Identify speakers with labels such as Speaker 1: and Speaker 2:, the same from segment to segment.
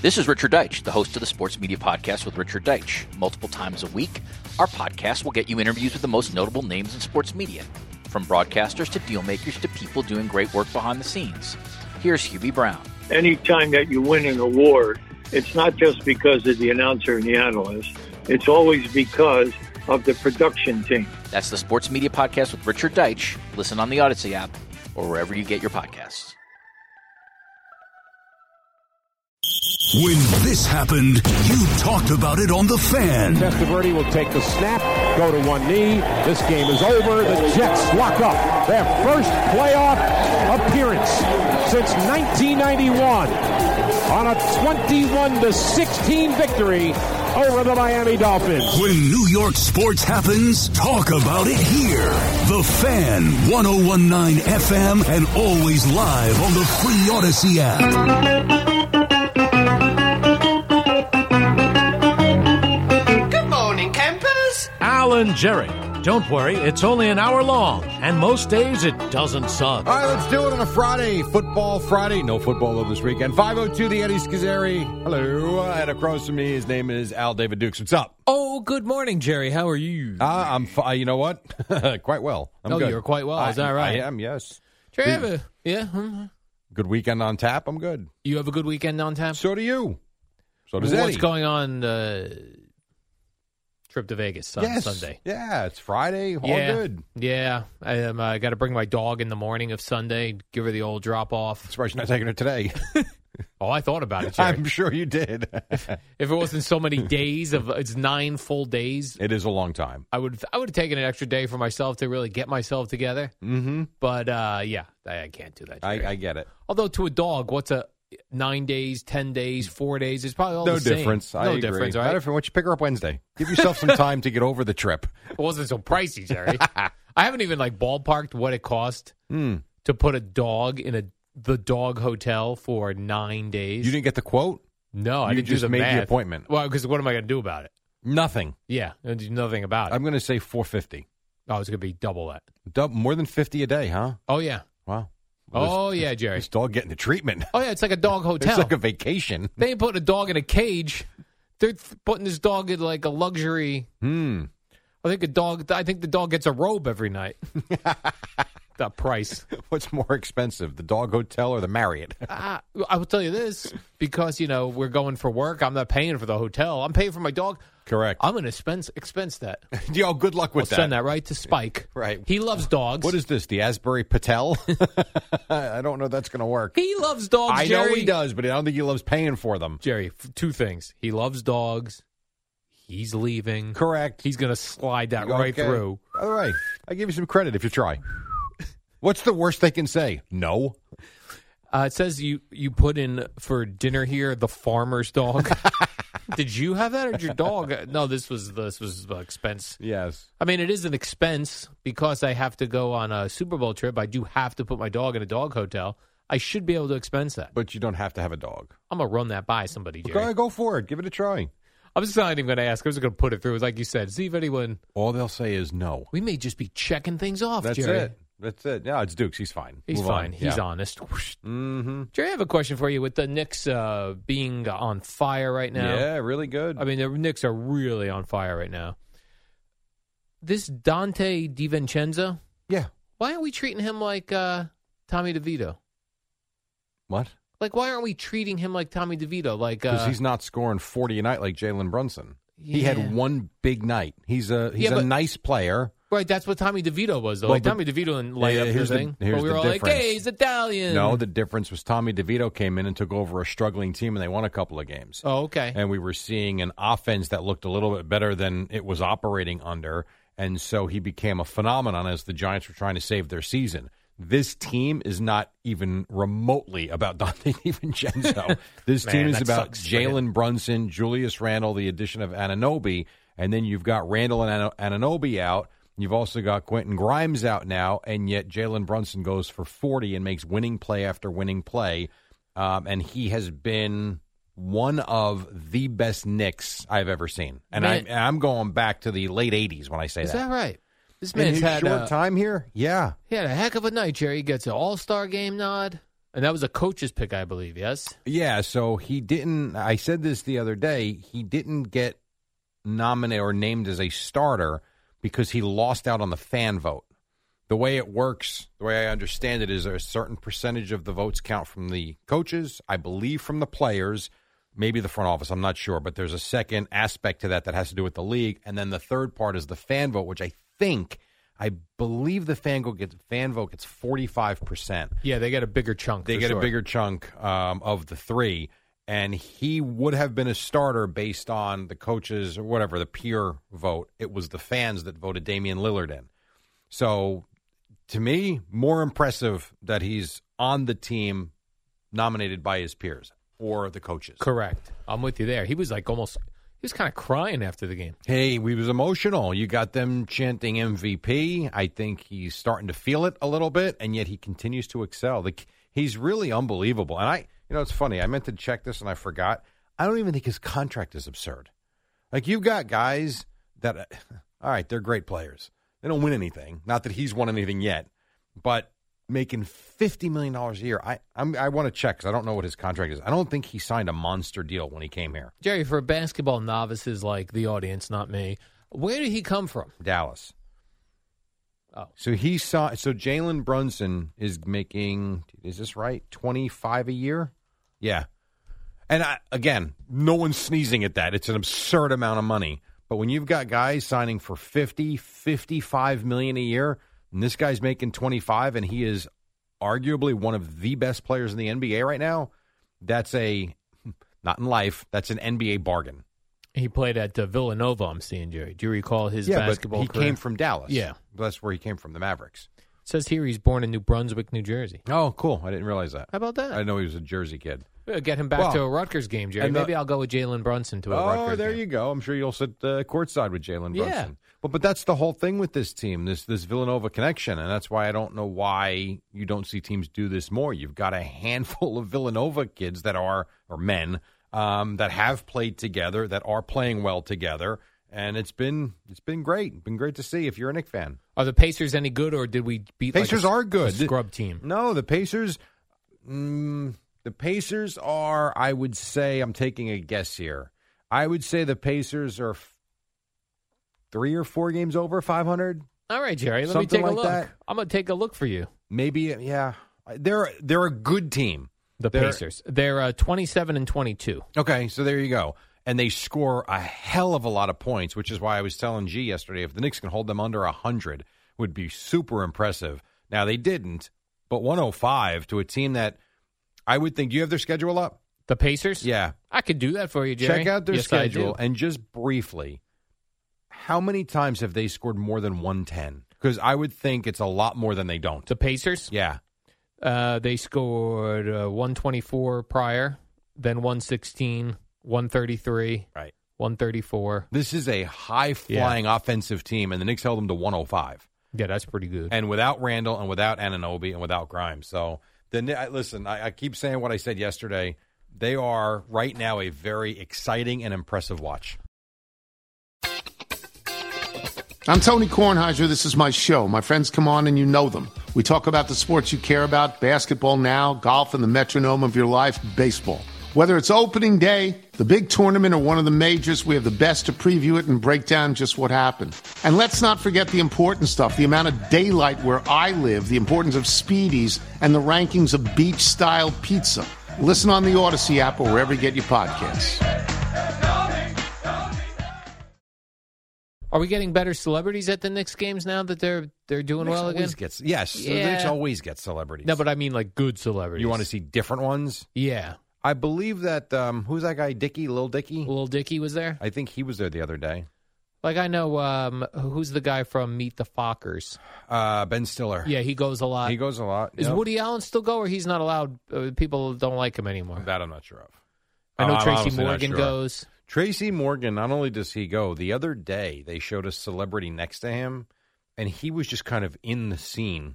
Speaker 1: This is Richard Deitch, the host of the Sports Media Podcast with Richard Deitch. Multiple times a week, our podcast will get you interviews with the most notable names in sports media, from broadcasters to dealmakers to people doing great work behind the scenes. Here's Hubie Brown.
Speaker 2: anytime that you win an award, it's not just because of the announcer and the analyst. It's always because of the production team.
Speaker 1: That's the Sports Media Podcast with Richard Deitch. Listen on the Odyssey app or wherever you get your podcasts.
Speaker 3: When this happened, you talked about it on The Fan.
Speaker 4: Testaverde will take the snap, go to one knee. This game is over. The Jets lock up their first playoff appearance since 1991 on a 21 to 16 victory over the Miami Dolphins.
Speaker 3: When New York sports happens, talk about it here. The Fan, 1019 FM, and always live on the Free Odyssey app.
Speaker 5: Good morning, campers.
Speaker 6: Alan Jerry. Don't worry, it's only an hour long, and most days it doesn't suck.
Speaker 7: All right, let's do it on a Friday. Football Friday. No football though this weekend. 502, the Eddie Schizzeri. Hello. And across from me, his name is Al David Dukes. What's up?
Speaker 8: Oh, good morning, Jerry. How are you?
Speaker 7: Uh, I'm, fi- you know what? quite well. I'm
Speaker 8: Oh,
Speaker 7: good.
Speaker 8: you're quite well.
Speaker 7: I,
Speaker 8: Is that right?
Speaker 7: I am, yes.
Speaker 8: Jerry, I have a- yeah. hmm.
Speaker 7: Good weekend on tap. I'm good.
Speaker 8: You have a good weekend on tap.
Speaker 7: So do you. So does
Speaker 8: What's
Speaker 7: Eddie.
Speaker 8: going on? Uh, trip to Vegas on
Speaker 7: yes.
Speaker 8: Sunday.
Speaker 7: Yeah, it's Friday. All
Speaker 8: yeah,
Speaker 7: good.
Speaker 8: yeah. I, um, I got to bring my dog in the morning of Sunday. Give her the old drop off.
Speaker 7: Surprised you're not taking it today.
Speaker 8: Oh, I thought about it. Jerry.
Speaker 7: I'm sure you did.
Speaker 8: If it wasn't so many days of it's nine full days,
Speaker 7: it is a long time.
Speaker 8: I would I would have taken an extra day for myself to really get myself together.
Speaker 7: Mm-hmm.
Speaker 8: But uh, yeah, I, I can't do that.
Speaker 7: I,
Speaker 8: Jerry.
Speaker 7: I get it.
Speaker 8: Although to a dog, what's a nine days, ten days, four days? It's probably all
Speaker 7: no
Speaker 8: the same.
Speaker 7: difference. I
Speaker 8: no
Speaker 7: agree.
Speaker 8: difference,
Speaker 7: Matter
Speaker 8: right?
Speaker 7: of fact, why don't you pick her up Wednesday? Give yourself some time to get over the trip.
Speaker 8: It wasn't so pricey, Jerry. I haven't even like ballparked what it cost
Speaker 7: Hmm.
Speaker 8: to put a dog in a the dog hotel for nine days.
Speaker 7: You didn't get the quote?
Speaker 8: no, I
Speaker 7: you
Speaker 8: didn't
Speaker 7: just
Speaker 8: do the
Speaker 7: made the
Speaker 8: math.
Speaker 7: appointment.
Speaker 8: Well, because what am I going to do about it?
Speaker 7: Nothing.
Speaker 8: Yeah, I do nothing about it.
Speaker 7: I'm going to say 450.
Speaker 8: oh, it's going to be double that.
Speaker 7: Dub- More than 50 a day, huh?
Speaker 8: Oh yeah.
Speaker 7: Wow.
Speaker 8: Oh yeah,
Speaker 7: This,
Speaker 8: Jerry.
Speaker 7: this dog getting the treatment.
Speaker 8: Oh yeah, it's like a dog hotel.
Speaker 7: It's like a vacation.
Speaker 8: They ain't putting a dog in a cage. They're th- putting this dog in like a luxury.
Speaker 7: Hmm.
Speaker 8: I think a dog. I think the dog gets a robe every night. the price.
Speaker 7: What's more expensive, the dog hotel or the Marriott?
Speaker 8: I, I will tell you this because you know we're going for work. I'm not paying for the hotel. I'm paying for my dog.
Speaker 7: Correct.
Speaker 8: I'm gonna expense expense that.
Speaker 7: Yo, good luck
Speaker 8: We'll
Speaker 7: with
Speaker 8: send that right to Spike.
Speaker 7: Right.
Speaker 8: He loves dogs.
Speaker 7: What is this, the Asbury Patel? I don't know that's going to work.
Speaker 8: he loves dogs?
Speaker 7: I
Speaker 8: Jerry.
Speaker 7: know he does, but I don't think he loves paying for them.
Speaker 8: Jerry, f- two things. He loves dogs. He's leaving.
Speaker 7: Correct.
Speaker 8: He's gonna slide that right
Speaker 7: Okay.
Speaker 8: through.
Speaker 7: All right. I give you some credit if you try. What's the worst they can say? No.
Speaker 8: Uh, it says you you put in for dinner here the farmer's dog. did you have that or did your dog? No, this was this was uh, expense.
Speaker 7: Yes.
Speaker 8: I mean, it is an expense because I have to go on a Super Bowl trip. I do have to put my dog in a dog hotel. I should be able to expense that.
Speaker 7: But you don't have to have a dog.
Speaker 8: I'm gonna run that by somebody, Jerry.
Speaker 7: Go, go for it. Give it a try.
Speaker 8: I'm just not even gonna ask. I'm just gonna put it through. Like you said, see if anyone.
Speaker 7: All they'll say is no.
Speaker 8: We may just be checking things off,
Speaker 7: That's
Speaker 8: Jerry.
Speaker 7: it. That's it. No, it's Dukes. He's fine.
Speaker 8: He's fine. He's honest.
Speaker 7: Mm-hmm.
Speaker 8: Jerry, I have a question for you. With the Knicks uh, being on fire right now,
Speaker 7: Yeah, really good.
Speaker 8: I mean, the Knicks are really on fire right now. This Dante DiVincenzo,
Speaker 7: yeah.
Speaker 8: why aren't we treating him like uh, Tommy DeVito?
Speaker 7: What?
Speaker 8: Like, why aren't we treating him like Tommy DeVito? Like,
Speaker 7: because
Speaker 8: uh,
Speaker 7: he's not scoring forty a night like Jalen Brunson. He
Speaker 8: Yeah.
Speaker 7: had one big night. He's a he's
Speaker 8: Yeah,
Speaker 7: a
Speaker 8: but-
Speaker 7: nice player.
Speaker 8: right. That's what Tommy DeVito was, though.
Speaker 7: Well,
Speaker 8: like
Speaker 7: but-
Speaker 8: Tommy DeVito and
Speaker 7: Yeah,
Speaker 8: light
Speaker 7: yeah,
Speaker 8: up
Speaker 7: here's
Speaker 8: the
Speaker 7: the-
Speaker 8: thing.
Speaker 7: here's
Speaker 8: but we
Speaker 7: the
Speaker 8: were all like,
Speaker 7: difference.
Speaker 8: hey, he's Italian.
Speaker 7: No, the difference was Tommy DeVito came in and took over a struggling team, and they won a couple of games.
Speaker 8: oh, okay.
Speaker 7: And we were seeing an offense that looked a little bit better than it was operating under, and so he became a phenomenon as the Giants were trying to save their season. This team is not even remotely about Dante DiVincenzo. this
Speaker 8: Man,
Speaker 7: team is
Speaker 8: that
Speaker 7: about
Speaker 8: sucks for him.
Speaker 7: Jalen Brunson, Julius Randle, the addition of Ananobi, and then you've got Randall and Ana- Ananobi out. You've also got Quentin Grimes out now, and yet Jalen Brunson goes for 40 and makes winning play after winning play. Um, and he has been one of the best Knicks I've ever seen. And I'm,
Speaker 8: Man.
Speaker 7: and I'm going back to the late 80s when I say
Speaker 8: Is
Speaker 7: that.
Speaker 8: that right? This
Speaker 7: In
Speaker 8: man's
Speaker 7: his
Speaker 8: had
Speaker 7: short
Speaker 8: uh,
Speaker 7: time here? Yeah.
Speaker 8: He had a heck of a night, Jerry. He gets an All Star game nod, and that was a coach's pick, I believe. Yes.
Speaker 7: Yeah, so he didn't. I said this the other day. He didn't get nominated or named as a starter because he lost out on the fan vote. The way it works, the way I understand it, is a certain percentage of the votes count from the coaches, I believe from the players, maybe the front office, I'm not sure, but there's a second aspect to that that has to do with the league. And then the third part is the fan vote, which I think, I believe the fan, go gets, fan vote gets 45%
Speaker 8: Yeah, they get a bigger chunk.
Speaker 7: they
Speaker 8: for
Speaker 7: get
Speaker 8: sure.
Speaker 7: a bigger chunk um, of the three, and he would have been a starter based on the coaches or whatever the peer vote. It was the fans that voted Damian Lillard in. So, to me, more impressive that he's on the team nominated by his peers or the coaches.
Speaker 8: Correct. I'm with you there. He was like almost. He was kind of crying after the game.
Speaker 7: Hey, we was emotional. You got them chanting MVP. I think he's starting to feel it a little bit, and yet he continues to excel. Like he's really unbelievable. And I, you know, it's funny. I meant to check this and I forgot. I don't even think his contract is absurd. Like you've got guys that, all right, they're great players. They don't win anything. Not that he's won anything yet, but making fifty million dollars a year. I I'm, I want to check because I don't know what his contract is. I don't think he signed a monster deal when he came here.
Speaker 8: Jerry, for basketball novices like the audience, not me, where did he come from?
Speaker 7: Dallas.
Speaker 8: Oh,
Speaker 7: So he saw. So Jalen Brunson is making. Is this right? Twenty five a year. Yeah. And I, again, no one's sneezing at that. It's an absurd amount of money. But when you've got guys signing for 50, 55 million a year, and this guy's making 25 and he is arguably one of the best players in the NBA right now, that's a not in life, that's an NBA bargain.
Speaker 8: he played at uh, Villanova. I'm seeing Jerry. Do you recall his
Speaker 7: yeah,
Speaker 8: basketball?
Speaker 7: but he
Speaker 8: career?
Speaker 7: came from Dallas.
Speaker 8: Yeah.
Speaker 7: That's where he came from, the Mavericks.
Speaker 8: It says here he's born in New Brunswick, New Jersey.
Speaker 7: Oh, cool. I didn't realize that.
Speaker 8: How about that?
Speaker 7: I know he was a Jersey kid.
Speaker 8: Uh, Get him back
Speaker 7: Well,
Speaker 8: to a Rutgers game, Jerry.
Speaker 7: and the-
Speaker 8: Maybe I'll go with Jalen Brunson to a
Speaker 7: Oh,
Speaker 8: Rutgers
Speaker 7: there
Speaker 8: game.
Speaker 7: you go. I'm sure you'll sit uh, courtside with Jalen Brunson.
Speaker 8: Yeah.
Speaker 7: Well, but that's the whole thing with this team, this this Villanova connection, and that's why I don't know why you don't see teams do this more. You've got a handful of Villanova kids that are or men um, that have played together, that are playing well together, and it's been it's been great, been great to see. If you're a Nick fan,
Speaker 8: Are the Pacers any good, or did we beat like, a s-
Speaker 7: Pacers are
Speaker 8: a
Speaker 7: good.
Speaker 8: scrub team?
Speaker 7: No, the Pacers. Mm, the Pacers are. I would say. I'm taking a guess here. I would say the Pacers are f- three or four games over 500.
Speaker 8: All right, Jerry. Let
Speaker 7: Something
Speaker 8: me take a
Speaker 7: like
Speaker 8: look.
Speaker 7: that.
Speaker 8: I'm gonna take a look for you.
Speaker 7: Maybe. Yeah, they're they're a good team.
Speaker 8: The
Speaker 7: They're-
Speaker 8: Pacers. They're uh, 27 and 22.
Speaker 7: Okay, so there you go. And they score a hell of a lot of points, which is why I was telling G yesterday if the Knicks can hold them under 100, would be super impressive. Now, they didn't, but 105 to a team that I would think. Do you have their schedule up?
Speaker 8: The Pacers.
Speaker 7: Yeah.
Speaker 8: I could do that for you, Jerry.
Speaker 7: Check out their
Speaker 8: Yes, I do.
Speaker 7: schedule and just briefly, how many times have they scored more than 110? Because I would think it's a lot more than they don't.
Speaker 8: The Pacers.
Speaker 7: Yeah.
Speaker 8: Uh, they scored uh, 124 prior, then 116, 133,
Speaker 7: Right.
Speaker 8: 134.
Speaker 7: This is a high flying offensive team, and the Knicks held them to 105.
Speaker 8: Yeah, that's pretty good.
Speaker 7: and without Randall and without Ananobi and without Grimes. So then, I- listen, I, I keep saying what I said yesterday. They are right now a very exciting and impressive watch.
Speaker 9: I'm Tony Kornheiser. This is my show. My friends come on and you know them. We talk about the sports you care about basketball now, golf, and the metronome of your life, baseball. Whether it's opening day, the big tournament, or one of the majors, we have the best to preview it and break down just what happened. And let's not forget the important stuff the amount of daylight where I live, the importance of speedies, and the rankings of beach style pizza. Listen on the Odyssey app or wherever you get your podcasts.
Speaker 8: Are we getting better celebrities at the Knicks games now that they're they're doing
Speaker 7: Knicks
Speaker 8: well again?
Speaker 7: always gets- yes, the Knicks always get celebrities.
Speaker 8: No, but I mean like good celebrities.
Speaker 7: You want to see different ones?
Speaker 8: Yeah.
Speaker 7: I believe that um, who's that guy? Dicky, Lil Dicky.
Speaker 8: Lil Dicky was there.
Speaker 7: I think he was there the other day.
Speaker 8: Like I know um, who's the guy from Meet the Fockers.
Speaker 7: Uh, ben Stiller.
Speaker 8: Yeah, he goes a lot.
Speaker 7: He goes a lot.
Speaker 8: Is
Speaker 7: yep.
Speaker 8: Woody Allen still go, or he's not allowed? Uh, people don't like him anymore.
Speaker 7: That I'm not sure of.
Speaker 8: I know
Speaker 7: I'm
Speaker 8: Tracy
Speaker 7: honestly not
Speaker 8: Morgan
Speaker 7: sure.
Speaker 8: goes.
Speaker 7: Tracy Morgan, not only does he go, the other day they showed a celebrity next to him, and he was just kind of in the scene,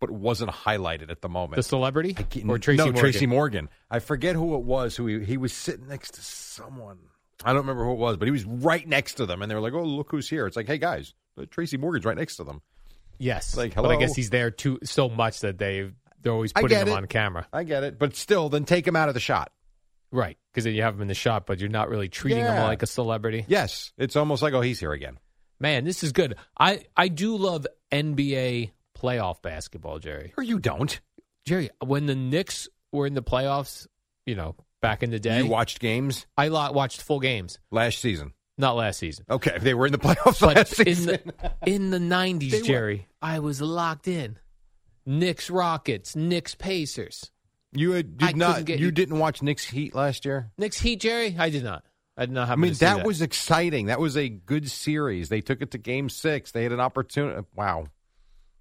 Speaker 7: but wasn't highlighted at the moment.
Speaker 8: The celebrity
Speaker 7: I can't-
Speaker 8: or Tracy
Speaker 7: no,
Speaker 8: Morgan?
Speaker 7: Tracy Morgan. I forget who it was. Who he, he was sitting next to someone. I don't remember who it was, but he was right next to them, and they were like, "Oh, look who's here!" It's like, "Hey guys, Tracy Morgan's right next to them."
Speaker 8: Yes,
Speaker 7: Like,
Speaker 8: but
Speaker 7: hello?
Speaker 8: I guess he's there too so much that they they're always
Speaker 7: I
Speaker 8: putting
Speaker 7: get
Speaker 8: him
Speaker 7: it.
Speaker 8: on camera,
Speaker 7: I get it, but still, then take him out of the shot.
Speaker 8: right? Because then you have him in the shot, but you're not really treating him
Speaker 7: Yeah.
Speaker 8: like a celebrity.
Speaker 7: Yes, it's almost like, "Oh, he's here again."
Speaker 8: Man, this is good. I I do love NBA playoff basketball, Jerry.
Speaker 7: Or you don't.
Speaker 8: Jerry, when the Knicks were in the playoffs, you know, back in the day,
Speaker 7: You watched games
Speaker 8: I lo- watched full games.
Speaker 7: last season.
Speaker 8: Not last season,
Speaker 7: Okay, they were in the playoffs
Speaker 8: but
Speaker 7: last
Speaker 8: in
Speaker 7: season.
Speaker 8: the in the
Speaker 7: They
Speaker 8: nineties,
Speaker 7: were.
Speaker 8: Jerry, I was locked in. Knicks Rockets, Knicks Pacers,
Speaker 7: You had, did
Speaker 8: I
Speaker 7: not.
Speaker 8: couldn't get-
Speaker 7: you didn't watch Knicks Heat last year.
Speaker 8: Knicks Heat, Jerry. I did not. I did not
Speaker 7: I
Speaker 8: have.
Speaker 7: mean,
Speaker 8: to see
Speaker 7: that, was exciting. That was a good series. They took it to Game Six. They had an opportunity. Wow.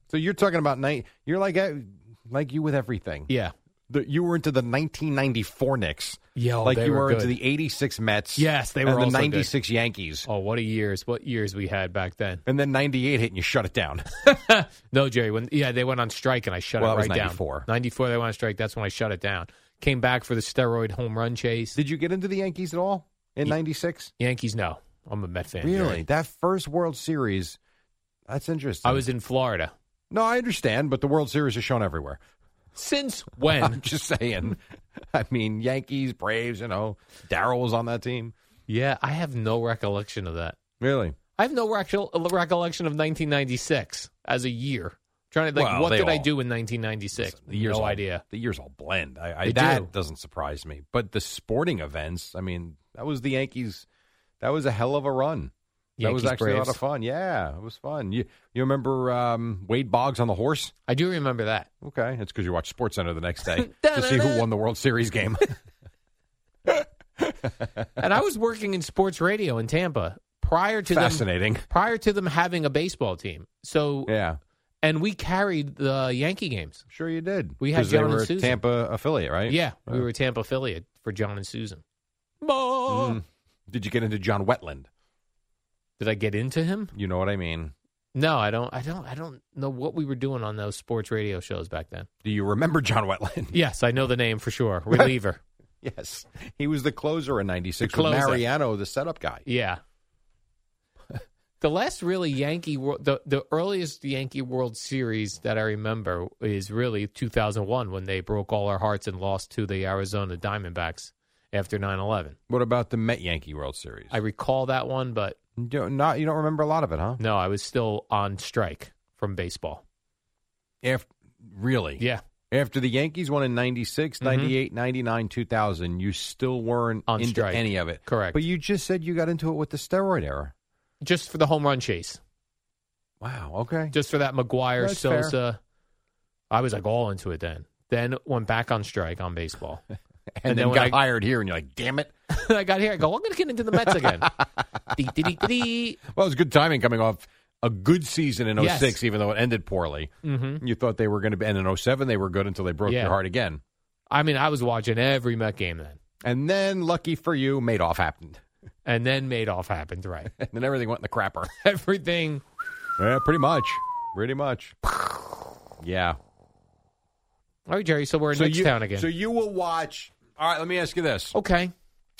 Speaker 7: So you're talking about night. You're like eh, like you with everything.
Speaker 8: yeah,
Speaker 7: The- you were into the 1994 Knicks.
Speaker 8: yeah.
Speaker 7: like
Speaker 8: they
Speaker 7: you were,
Speaker 8: were
Speaker 7: into
Speaker 8: good.
Speaker 7: the 86 Mets.
Speaker 8: Yes, they were
Speaker 7: and the
Speaker 8: also good.
Speaker 7: 96 Yankees.
Speaker 8: Oh, what a years! What years we had back then.
Speaker 7: And then 98 hit and you shut it down.
Speaker 8: No, Jerry. When yeah, they went on strike and I shut
Speaker 7: Well,
Speaker 8: it right
Speaker 7: that was
Speaker 8: down.
Speaker 7: 94.
Speaker 8: Ninety four. They went on strike. That's when I shut it down. Came back for the steroid home run chase.
Speaker 7: Did you get into the Yankees at all in
Speaker 8: Ye-
Speaker 7: 96?
Speaker 8: Yankees. No, I'm a Met fan.
Speaker 7: Really?
Speaker 8: Jerry.
Speaker 7: That first World Series. That's interesting.
Speaker 8: I was in Florida.
Speaker 7: No, I understand, but the World Series is shown everywhere.
Speaker 8: Since
Speaker 7: I'm
Speaker 8: when?
Speaker 7: just saying. I mean, Yankees, Braves, you know, Daryl was on that team.
Speaker 8: yeah, I have no recollection of that.
Speaker 7: Really?
Speaker 8: I have no recol- recollection of 1996 as a year. Trying to like,
Speaker 7: Well,
Speaker 8: what
Speaker 7: they
Speaker 8: did I
Speaker 7: all-
Speaker 8: do in 1996?
Speaker 7: The years
Speaker 8: no
Speaker 7: all,
Speaker 8: idea.
Speaker 7: The years all blend. I, I
Speaker 8: They
Speaker 7: that
Speaker 8: do.
Speaker 7: doesn't surprise me. But the sporting events, I mean, that was the Yankees. That was a hell of a run. that was
Speaker 8: Yankees,
Speaker 7: actually a lot
Speaker 8: Braves.
Speaker 7: of fun. Yeah, it was fun. You you remember um, Wade Boggs on the horse?
Speaker 8: I do remember that.
Speaker 7: Okay, that's because you watched Sports Center the next day to see who won the World Series game.
Speaker 8: And I was working in sports radio in Tampa prior to them
Speaker 7: Fascinating.
Speaker 8: prior to them having a baseball team. So
Speaker 7: Yeah,
Speaker 8: and we carried the Yankee games.
Speaker 7: sure you did.
Speaker 8: We had
Speaker 7: 'Cause they
Speaker 8: John and
Speaker 7: were a
Speaker 8: Susan.
Speaker 7: Tampa affiliate, right?
Speaker 8: Yeah, we
Speaker 7: Uh,
Speaker 8: were a Tampa affiliate for John and Susan. Ma!
Speaker 7: mm. Did you get into John Wetland?
Speaker 8: Did I get into him?
Speaker 7: You know what I mean?
Speaker 8: No, I don't. I don't. I don't know what we were doing on those sports radio shows back then.
Speaker 7: Do you remember John Wetland?
Speaker 8: Yes, I know the name for sure. Reliever.
Speaker 7: yes. He was the closer in 96
Speaker 8: The
Speaker 7: with
Speaker 8: closer.
Speaker 7: Mariano, the setup guy.
Speaker 8: Yeah. The last really Yankee, wor- the the earliest Yankee World Series that I remember is really 2001 when they broke all our hearts and lost to the Arizona Diamondbacks after 9/11.
Speaker 7: What about the Met Yankee World Series?
Speaker 8: I recall that one, but
Speaker 7: You don't- not you don't remember a lot of it, huh?
Speaker 8: no, I was still on strike from baseball.
Speaker 7: Af- really?
Speaker 8: Yeah,
Speaker 7: After the Yankees won in 96,
Speaker 8: Mhm.
Speaker 7: 98, 99, 2000, you still weren't
Speaker 8: On
Speaker 7: into
Speaker 8: strike.
Speaker 7: any of it.
Speaker 8: Correct.
Speaker 7: But you just said you got into it with the steroid era.
Speaker 8: just for the home run chase,
Speaker 7: Wow, okay.
Speaker 8: just for that McGuire
Speaker 7: That's fair.
Speaker 8: Sosa. I was like all into it then. Then went back on strike on baseball.
Speaker 7: and,
Speaker 8: and
Speaker 7: then,
Speaker 8: then when
Speaker 7: got
Speaker 8: I-
Speaker 7: hired here and you're like, "Damn it."
Speaker 8: I got here. I go. I'm going to get into the Mets again. Dee, dee, dee, dee, dee.
Speaker 7: Well, it was good timing coming off a good season in 06
Speaker 8: Yes.
Speaker 7: even though it ended poorly. Mm-hmm. You thought they were going to be and in 07 they were good until they broke
Speaker 8: Yeah.
Speaker 7: your heart again.
Speaker 8: I mean, I was watching every Met game then,
Speaker 7: And then, lucky for you, Madoff happened.
Speaker 8: and then Madoff happened. Right,
Speaker 7: And then everything went in the crapper.
Speaker 8: everything.
Speaker 7: yeah, pretty much. Pretty much. Yeah.
Speaker 8: All right, Jerry. So we're in
Speaker 7: so
Speaker 8: Knicks
Speaker 7: you,
Speaker 8: town again.
Speaker 7: So you will watch. All right, let me ask you this.
Speaker 8: okay,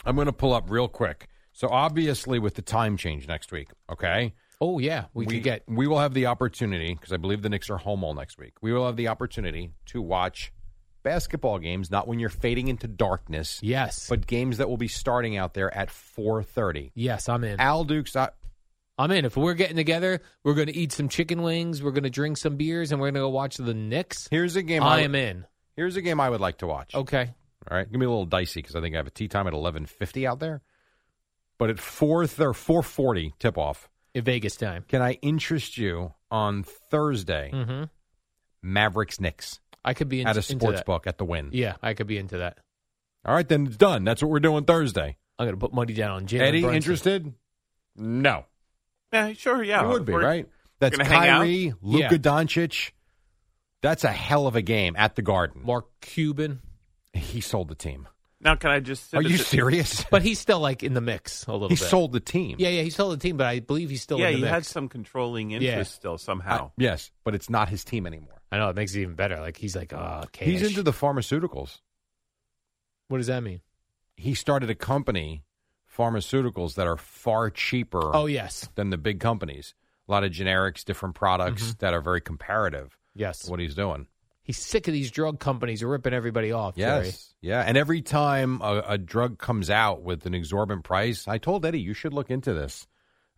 Speaker 7: I'm going to pull up real quick. So, obviously, with the time change next week, okay?
Speaker 8: Oh yeah, we, could get
Speaker 7: we will have the opportunity because I believe the Knicks are home all next week. We will have the opportunity to watch basketball games, not when you're fading into darkness,
Speaker 8: yes,
Speaker 7: but games that will be starting out there at 4:30.
Speaker 8: yes, I'm in.
Speaker 7: Al Dukes, I,
Speaker 8: I'm in. If we're getting together, we're going to eat some chicken wings, we're going to drink some beers, and we're going to go watch the Knicks.
Speaker 7: here's a game.
Speaker 8: I
Speaker 7: would-
Speaker 8: am in.
Speaker 7: Here's a game I would like to watch.
Speaker 8: Okay,
Speaker 7: All All right, gonna be a little dicey because I think I have a tea time at eleven fifty out there, but at four or four forty tip off
Speaker 8: in Vegas time.
Speaker 7: Can I interest you on Thursday?
Speaker 8: Mm-hmm.
Speaker 7: Mavericks Knicks.
Speaker 8: I could be in-
Speaker 7: at a
Speaker 8: into
Speaker 7: sports
Speaker 8: that.
Speaker 7: book at the win.
Speaker 8: Yeah, I could be into that.
Speaker 7: All right, then it's done. That's what we're doing Thursday.
Speaker 8: I'm gonna put money down on Jalen.
Speaker 7: Eddie
Speaker 8: Brunson.
Speaker 7: interested? No,
Speaker 10: Yeah, sure, yeah.
Speaker 8: Uh,
Speaker 7: you would be
Speaker 10: We're-
Speaker 7: right. That's
Speaker 10: gonna hang out?
Speaker 7: Kyrie, Luka
Speaker 8: Yeah.
Speaker 7: Doncic. That's a hell of a game at the Garden.
Speaker 8: Mark Cuban.
Speaker 7: He sold the team.
Speaker 10: Now, can I just?
Speaker 7: Are you serious?
Speaker 8: But he's still like in the mix a little
Speaker 7: He
Speaker 8: bit.
Speaker 7: sold the team.
Speaker 8: Yeah, yeah, he sold the team, but I believe he's still
Speaker 10: yeah,
Speaker 8: in the
Speaker 10: you
Speaker 8: mix.
Speaker 10: had some controlling interest
Speaker 8: Yeah.
Speaker 10: still somehow.
Speaker 7: Yes, but it's not his team anymore.
Speaker 8: I know it makes it even better. Like he's like, oh, cash.
Speaker 7: He's into the pharmaceuticals.
Speaker 8: What does that mean?
Speaker 7: He started a company, pharmaceuticals that are far cheaper
Speaker 8: Oh yes,
Speaker 7: than the big companies. A lot of generics, different products that are very comparative
Speaker 8: yes.
Speaker 7: to what he's doing.
Speaker 8: He's sick of these drug companies ripping everybody off.
Speaker 7: Yes.
Speaker 8: Jerry.
Speaker 7: Yeah. And every time a, a drug comes out with an exorbitant price, I told Eddie, you should look into this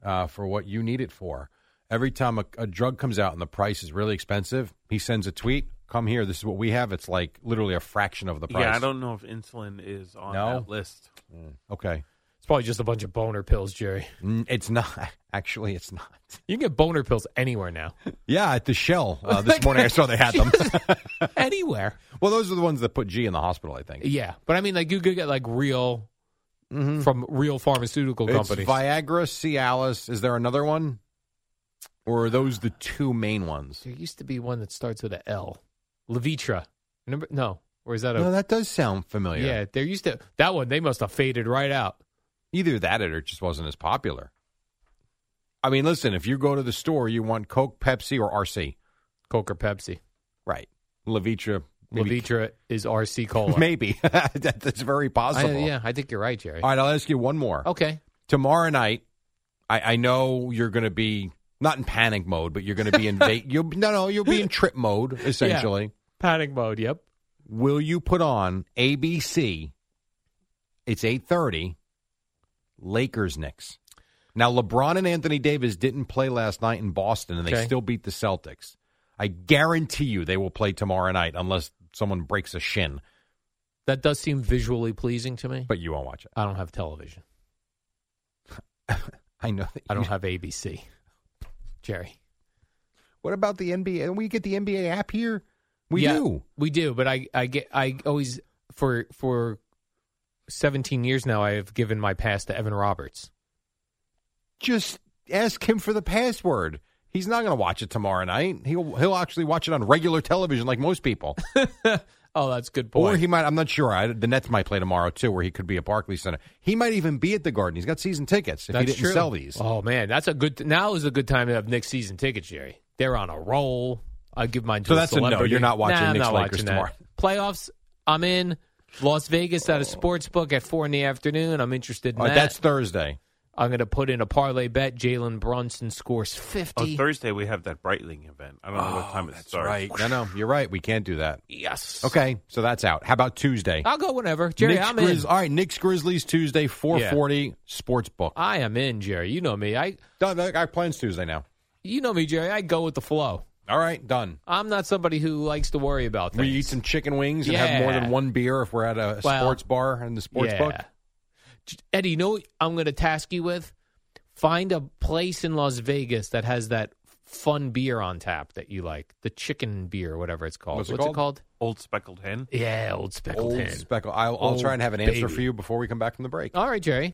Speaker 7: uh, for what you need it for. Every time a, a drug comes out and the price is really expensive, he sends a tweet, come here, this is what we have. It's like literally a fraction of the price.
Speaker 10: Yeah, I don't know if insulin is on
Speaker 7: No? Mm.
Speaker 10: that list.
Speaker 7: Okay.
Speaker 8: It's probably just a bunch of boner pills, Jerry.
Speaker 7: N- It's not. Actually, it's not.
Speaker 8: You can get boner pills anywhere now.
Speaker 7: Yeah, at the Shell uh, this morning, I saw they had them.
Speaker 8: anywhere.
Speaker 7: well, those are the ones that put G in the hospital, I think.
Speaker 8: Yeah, but I mean, like you could get like real
Speaker 7: Mhm.
Speaker 8: from real pharmaceutical
Speaker 7: It's
Speaker 8: companies.
Speaker 7: Viagra, Cialis. Is there another one? Or are those the two main ones?
Speaker 8: there used to be one that starts with a L, Levitra. Remember? No, or is that a?
Speaker 7: No, that does sound
Speaker 8: yeah.
Speaker 7: familiar.
Speaker 8: there used to that one. They must have faded right out.
Speaker 7: Either that or it just wasn't as popular. I mean, listen, if you go to the store, you want Coke, Pepsi, or RC.
Speaker 8: Coke or Pepsi.
Speaker 7: Right. Levitra. Maybe.
Speaker 8: Levitra is RC cola.
Speaker 7: Maybe. That- that's very
Speaker 8: I-
Speaker 7: possible.
Speaker 8: yeah, I think you're right, Jerry.
Speaker 7: All right, I'll ask you one more.
Speaker 8: Okay.
Speaker 7: Tomorrow night, I, I know you're going to be not in panic mode, but you're going to be in va- you'll, no, no, you'll be in trip mode essentially.
Speaker 8: Panic mode. Yep.
Speaker 7: Will you put on ABC? It's eight thirty. Lakers Knicks. Now LeBron and Anthony Davis didn't play last night in Boston, and they
Speaker 8: Okay.
Speaker 7: still beat the Celtics. I guarantee you they will play tomorrow night unless someone breaks a shin.
Speaker 8: That does seem visually pleasing to me.
Speaker 7: But you won't watch it.
Speaker 8: I don't have television.
Speaker 7: I know. That
Speaker 8: I
Speaker 7: you-
Speaker 8: don't have ABC. Jerry.
Speaker 7: What about the NBA? And we get the NBA app here. We
Speaker 8: Yeah,
Speaker 7: do.
Speaker 8: We do, but I, I get I always for for seventeen years now I have given my pass to Evan Roberts.
Speaker 7: Just ask him for the password. He's not going to watch it tomorrow night. He'll he'll actually watch it on regular television like most people.
Speaker 8: Oh, that's a good
Speaker 7: Or
Speaker 8: point.
Speaker 7: he might. I'm not sure. I, the Nets might play tomorrow too, where he could be at Barclays Center. He might even be at the Garden. He's got season tickets. If
Speaker 8: that's
Speaker 7: he didn't
Speaker 8: true.
Speaker 7: sell these,
Speaker 8: Oh man, that's a good now is a good time to have Knicks season tickets, Jerry. They're on a roll. I give mine to
Speaker 7: So
Speaker 8: a
Speaker 7: that's a no.
Speaker 8: celebrity.
Speaker 7: You're not watching
Speaker 8: Nah, I'm
Speaker 7: Knicks
Speaker 8: not
Speaker 7: Lakers
Speaker 8: watching that. Playoffs, I'm in. Las Vegas at a sports book at four in the afternoon. I'm interested in
Speaker 7: All right,
Speaker 8: that.
Speaker 7: that's Thursday.
Speaker 8: I'm going to put in a parlay bet. Jalen Brunson scores
Speaker 10: Oh,
Speaker 8: fifty.
Speaker 10: Thursday we have that Breitling event. I don't know what time it starts.
Speaker 7: No, no, you're Oh, right. We can't do that.
Speaker 8: yes.
Speaker 7: Okay, so that's out. How about Tuesday?
Speaker 8: I'll go whenever. Jerry,
Speaker 7: Knicks
Speaker 8: I'm in.
Speaker 7: Grizz- all right, Knicks Grizzlies Tuesday, 4:40 sports book.
Speaker 8: I am in, Jerry. You know me. I
Speaker 7: Done. I got plans Tuesday now.
Speaker 8: you know me, Jerry. I go with the flow.
Speaker 7: All right, done.
Speaker 8: I'm not somebody who likes to worry about things.
Speaker 7: We eat some chicken wings and have more
Speaker 8: Yeah.
Speaker 7: than one beer if we're at a
Speaker 8: Well,
Speaker 7: sports bar in the sports
Speaker 8: yeah.
Speaker 7: book.
Speaker 8: J- Eddie, you know what I'm going to task you with? Find a place in Las Vegas that has that fun beer on tap that you like, the chicken beer, whatever it's called.
Speaker 7: What's it
Speaker 8: it called?
Speaker 10: Old speckled hen.
Speaker 8: Yeah, old speckled
Speaker 7: Old
Speaker 8: hen.
Speaker 7: speckle. I'll, I'll try and have an answer
Speaker 8: baby.
Speaker 7: for you before we come back from the break.
Speaker 8: All right, Jerry.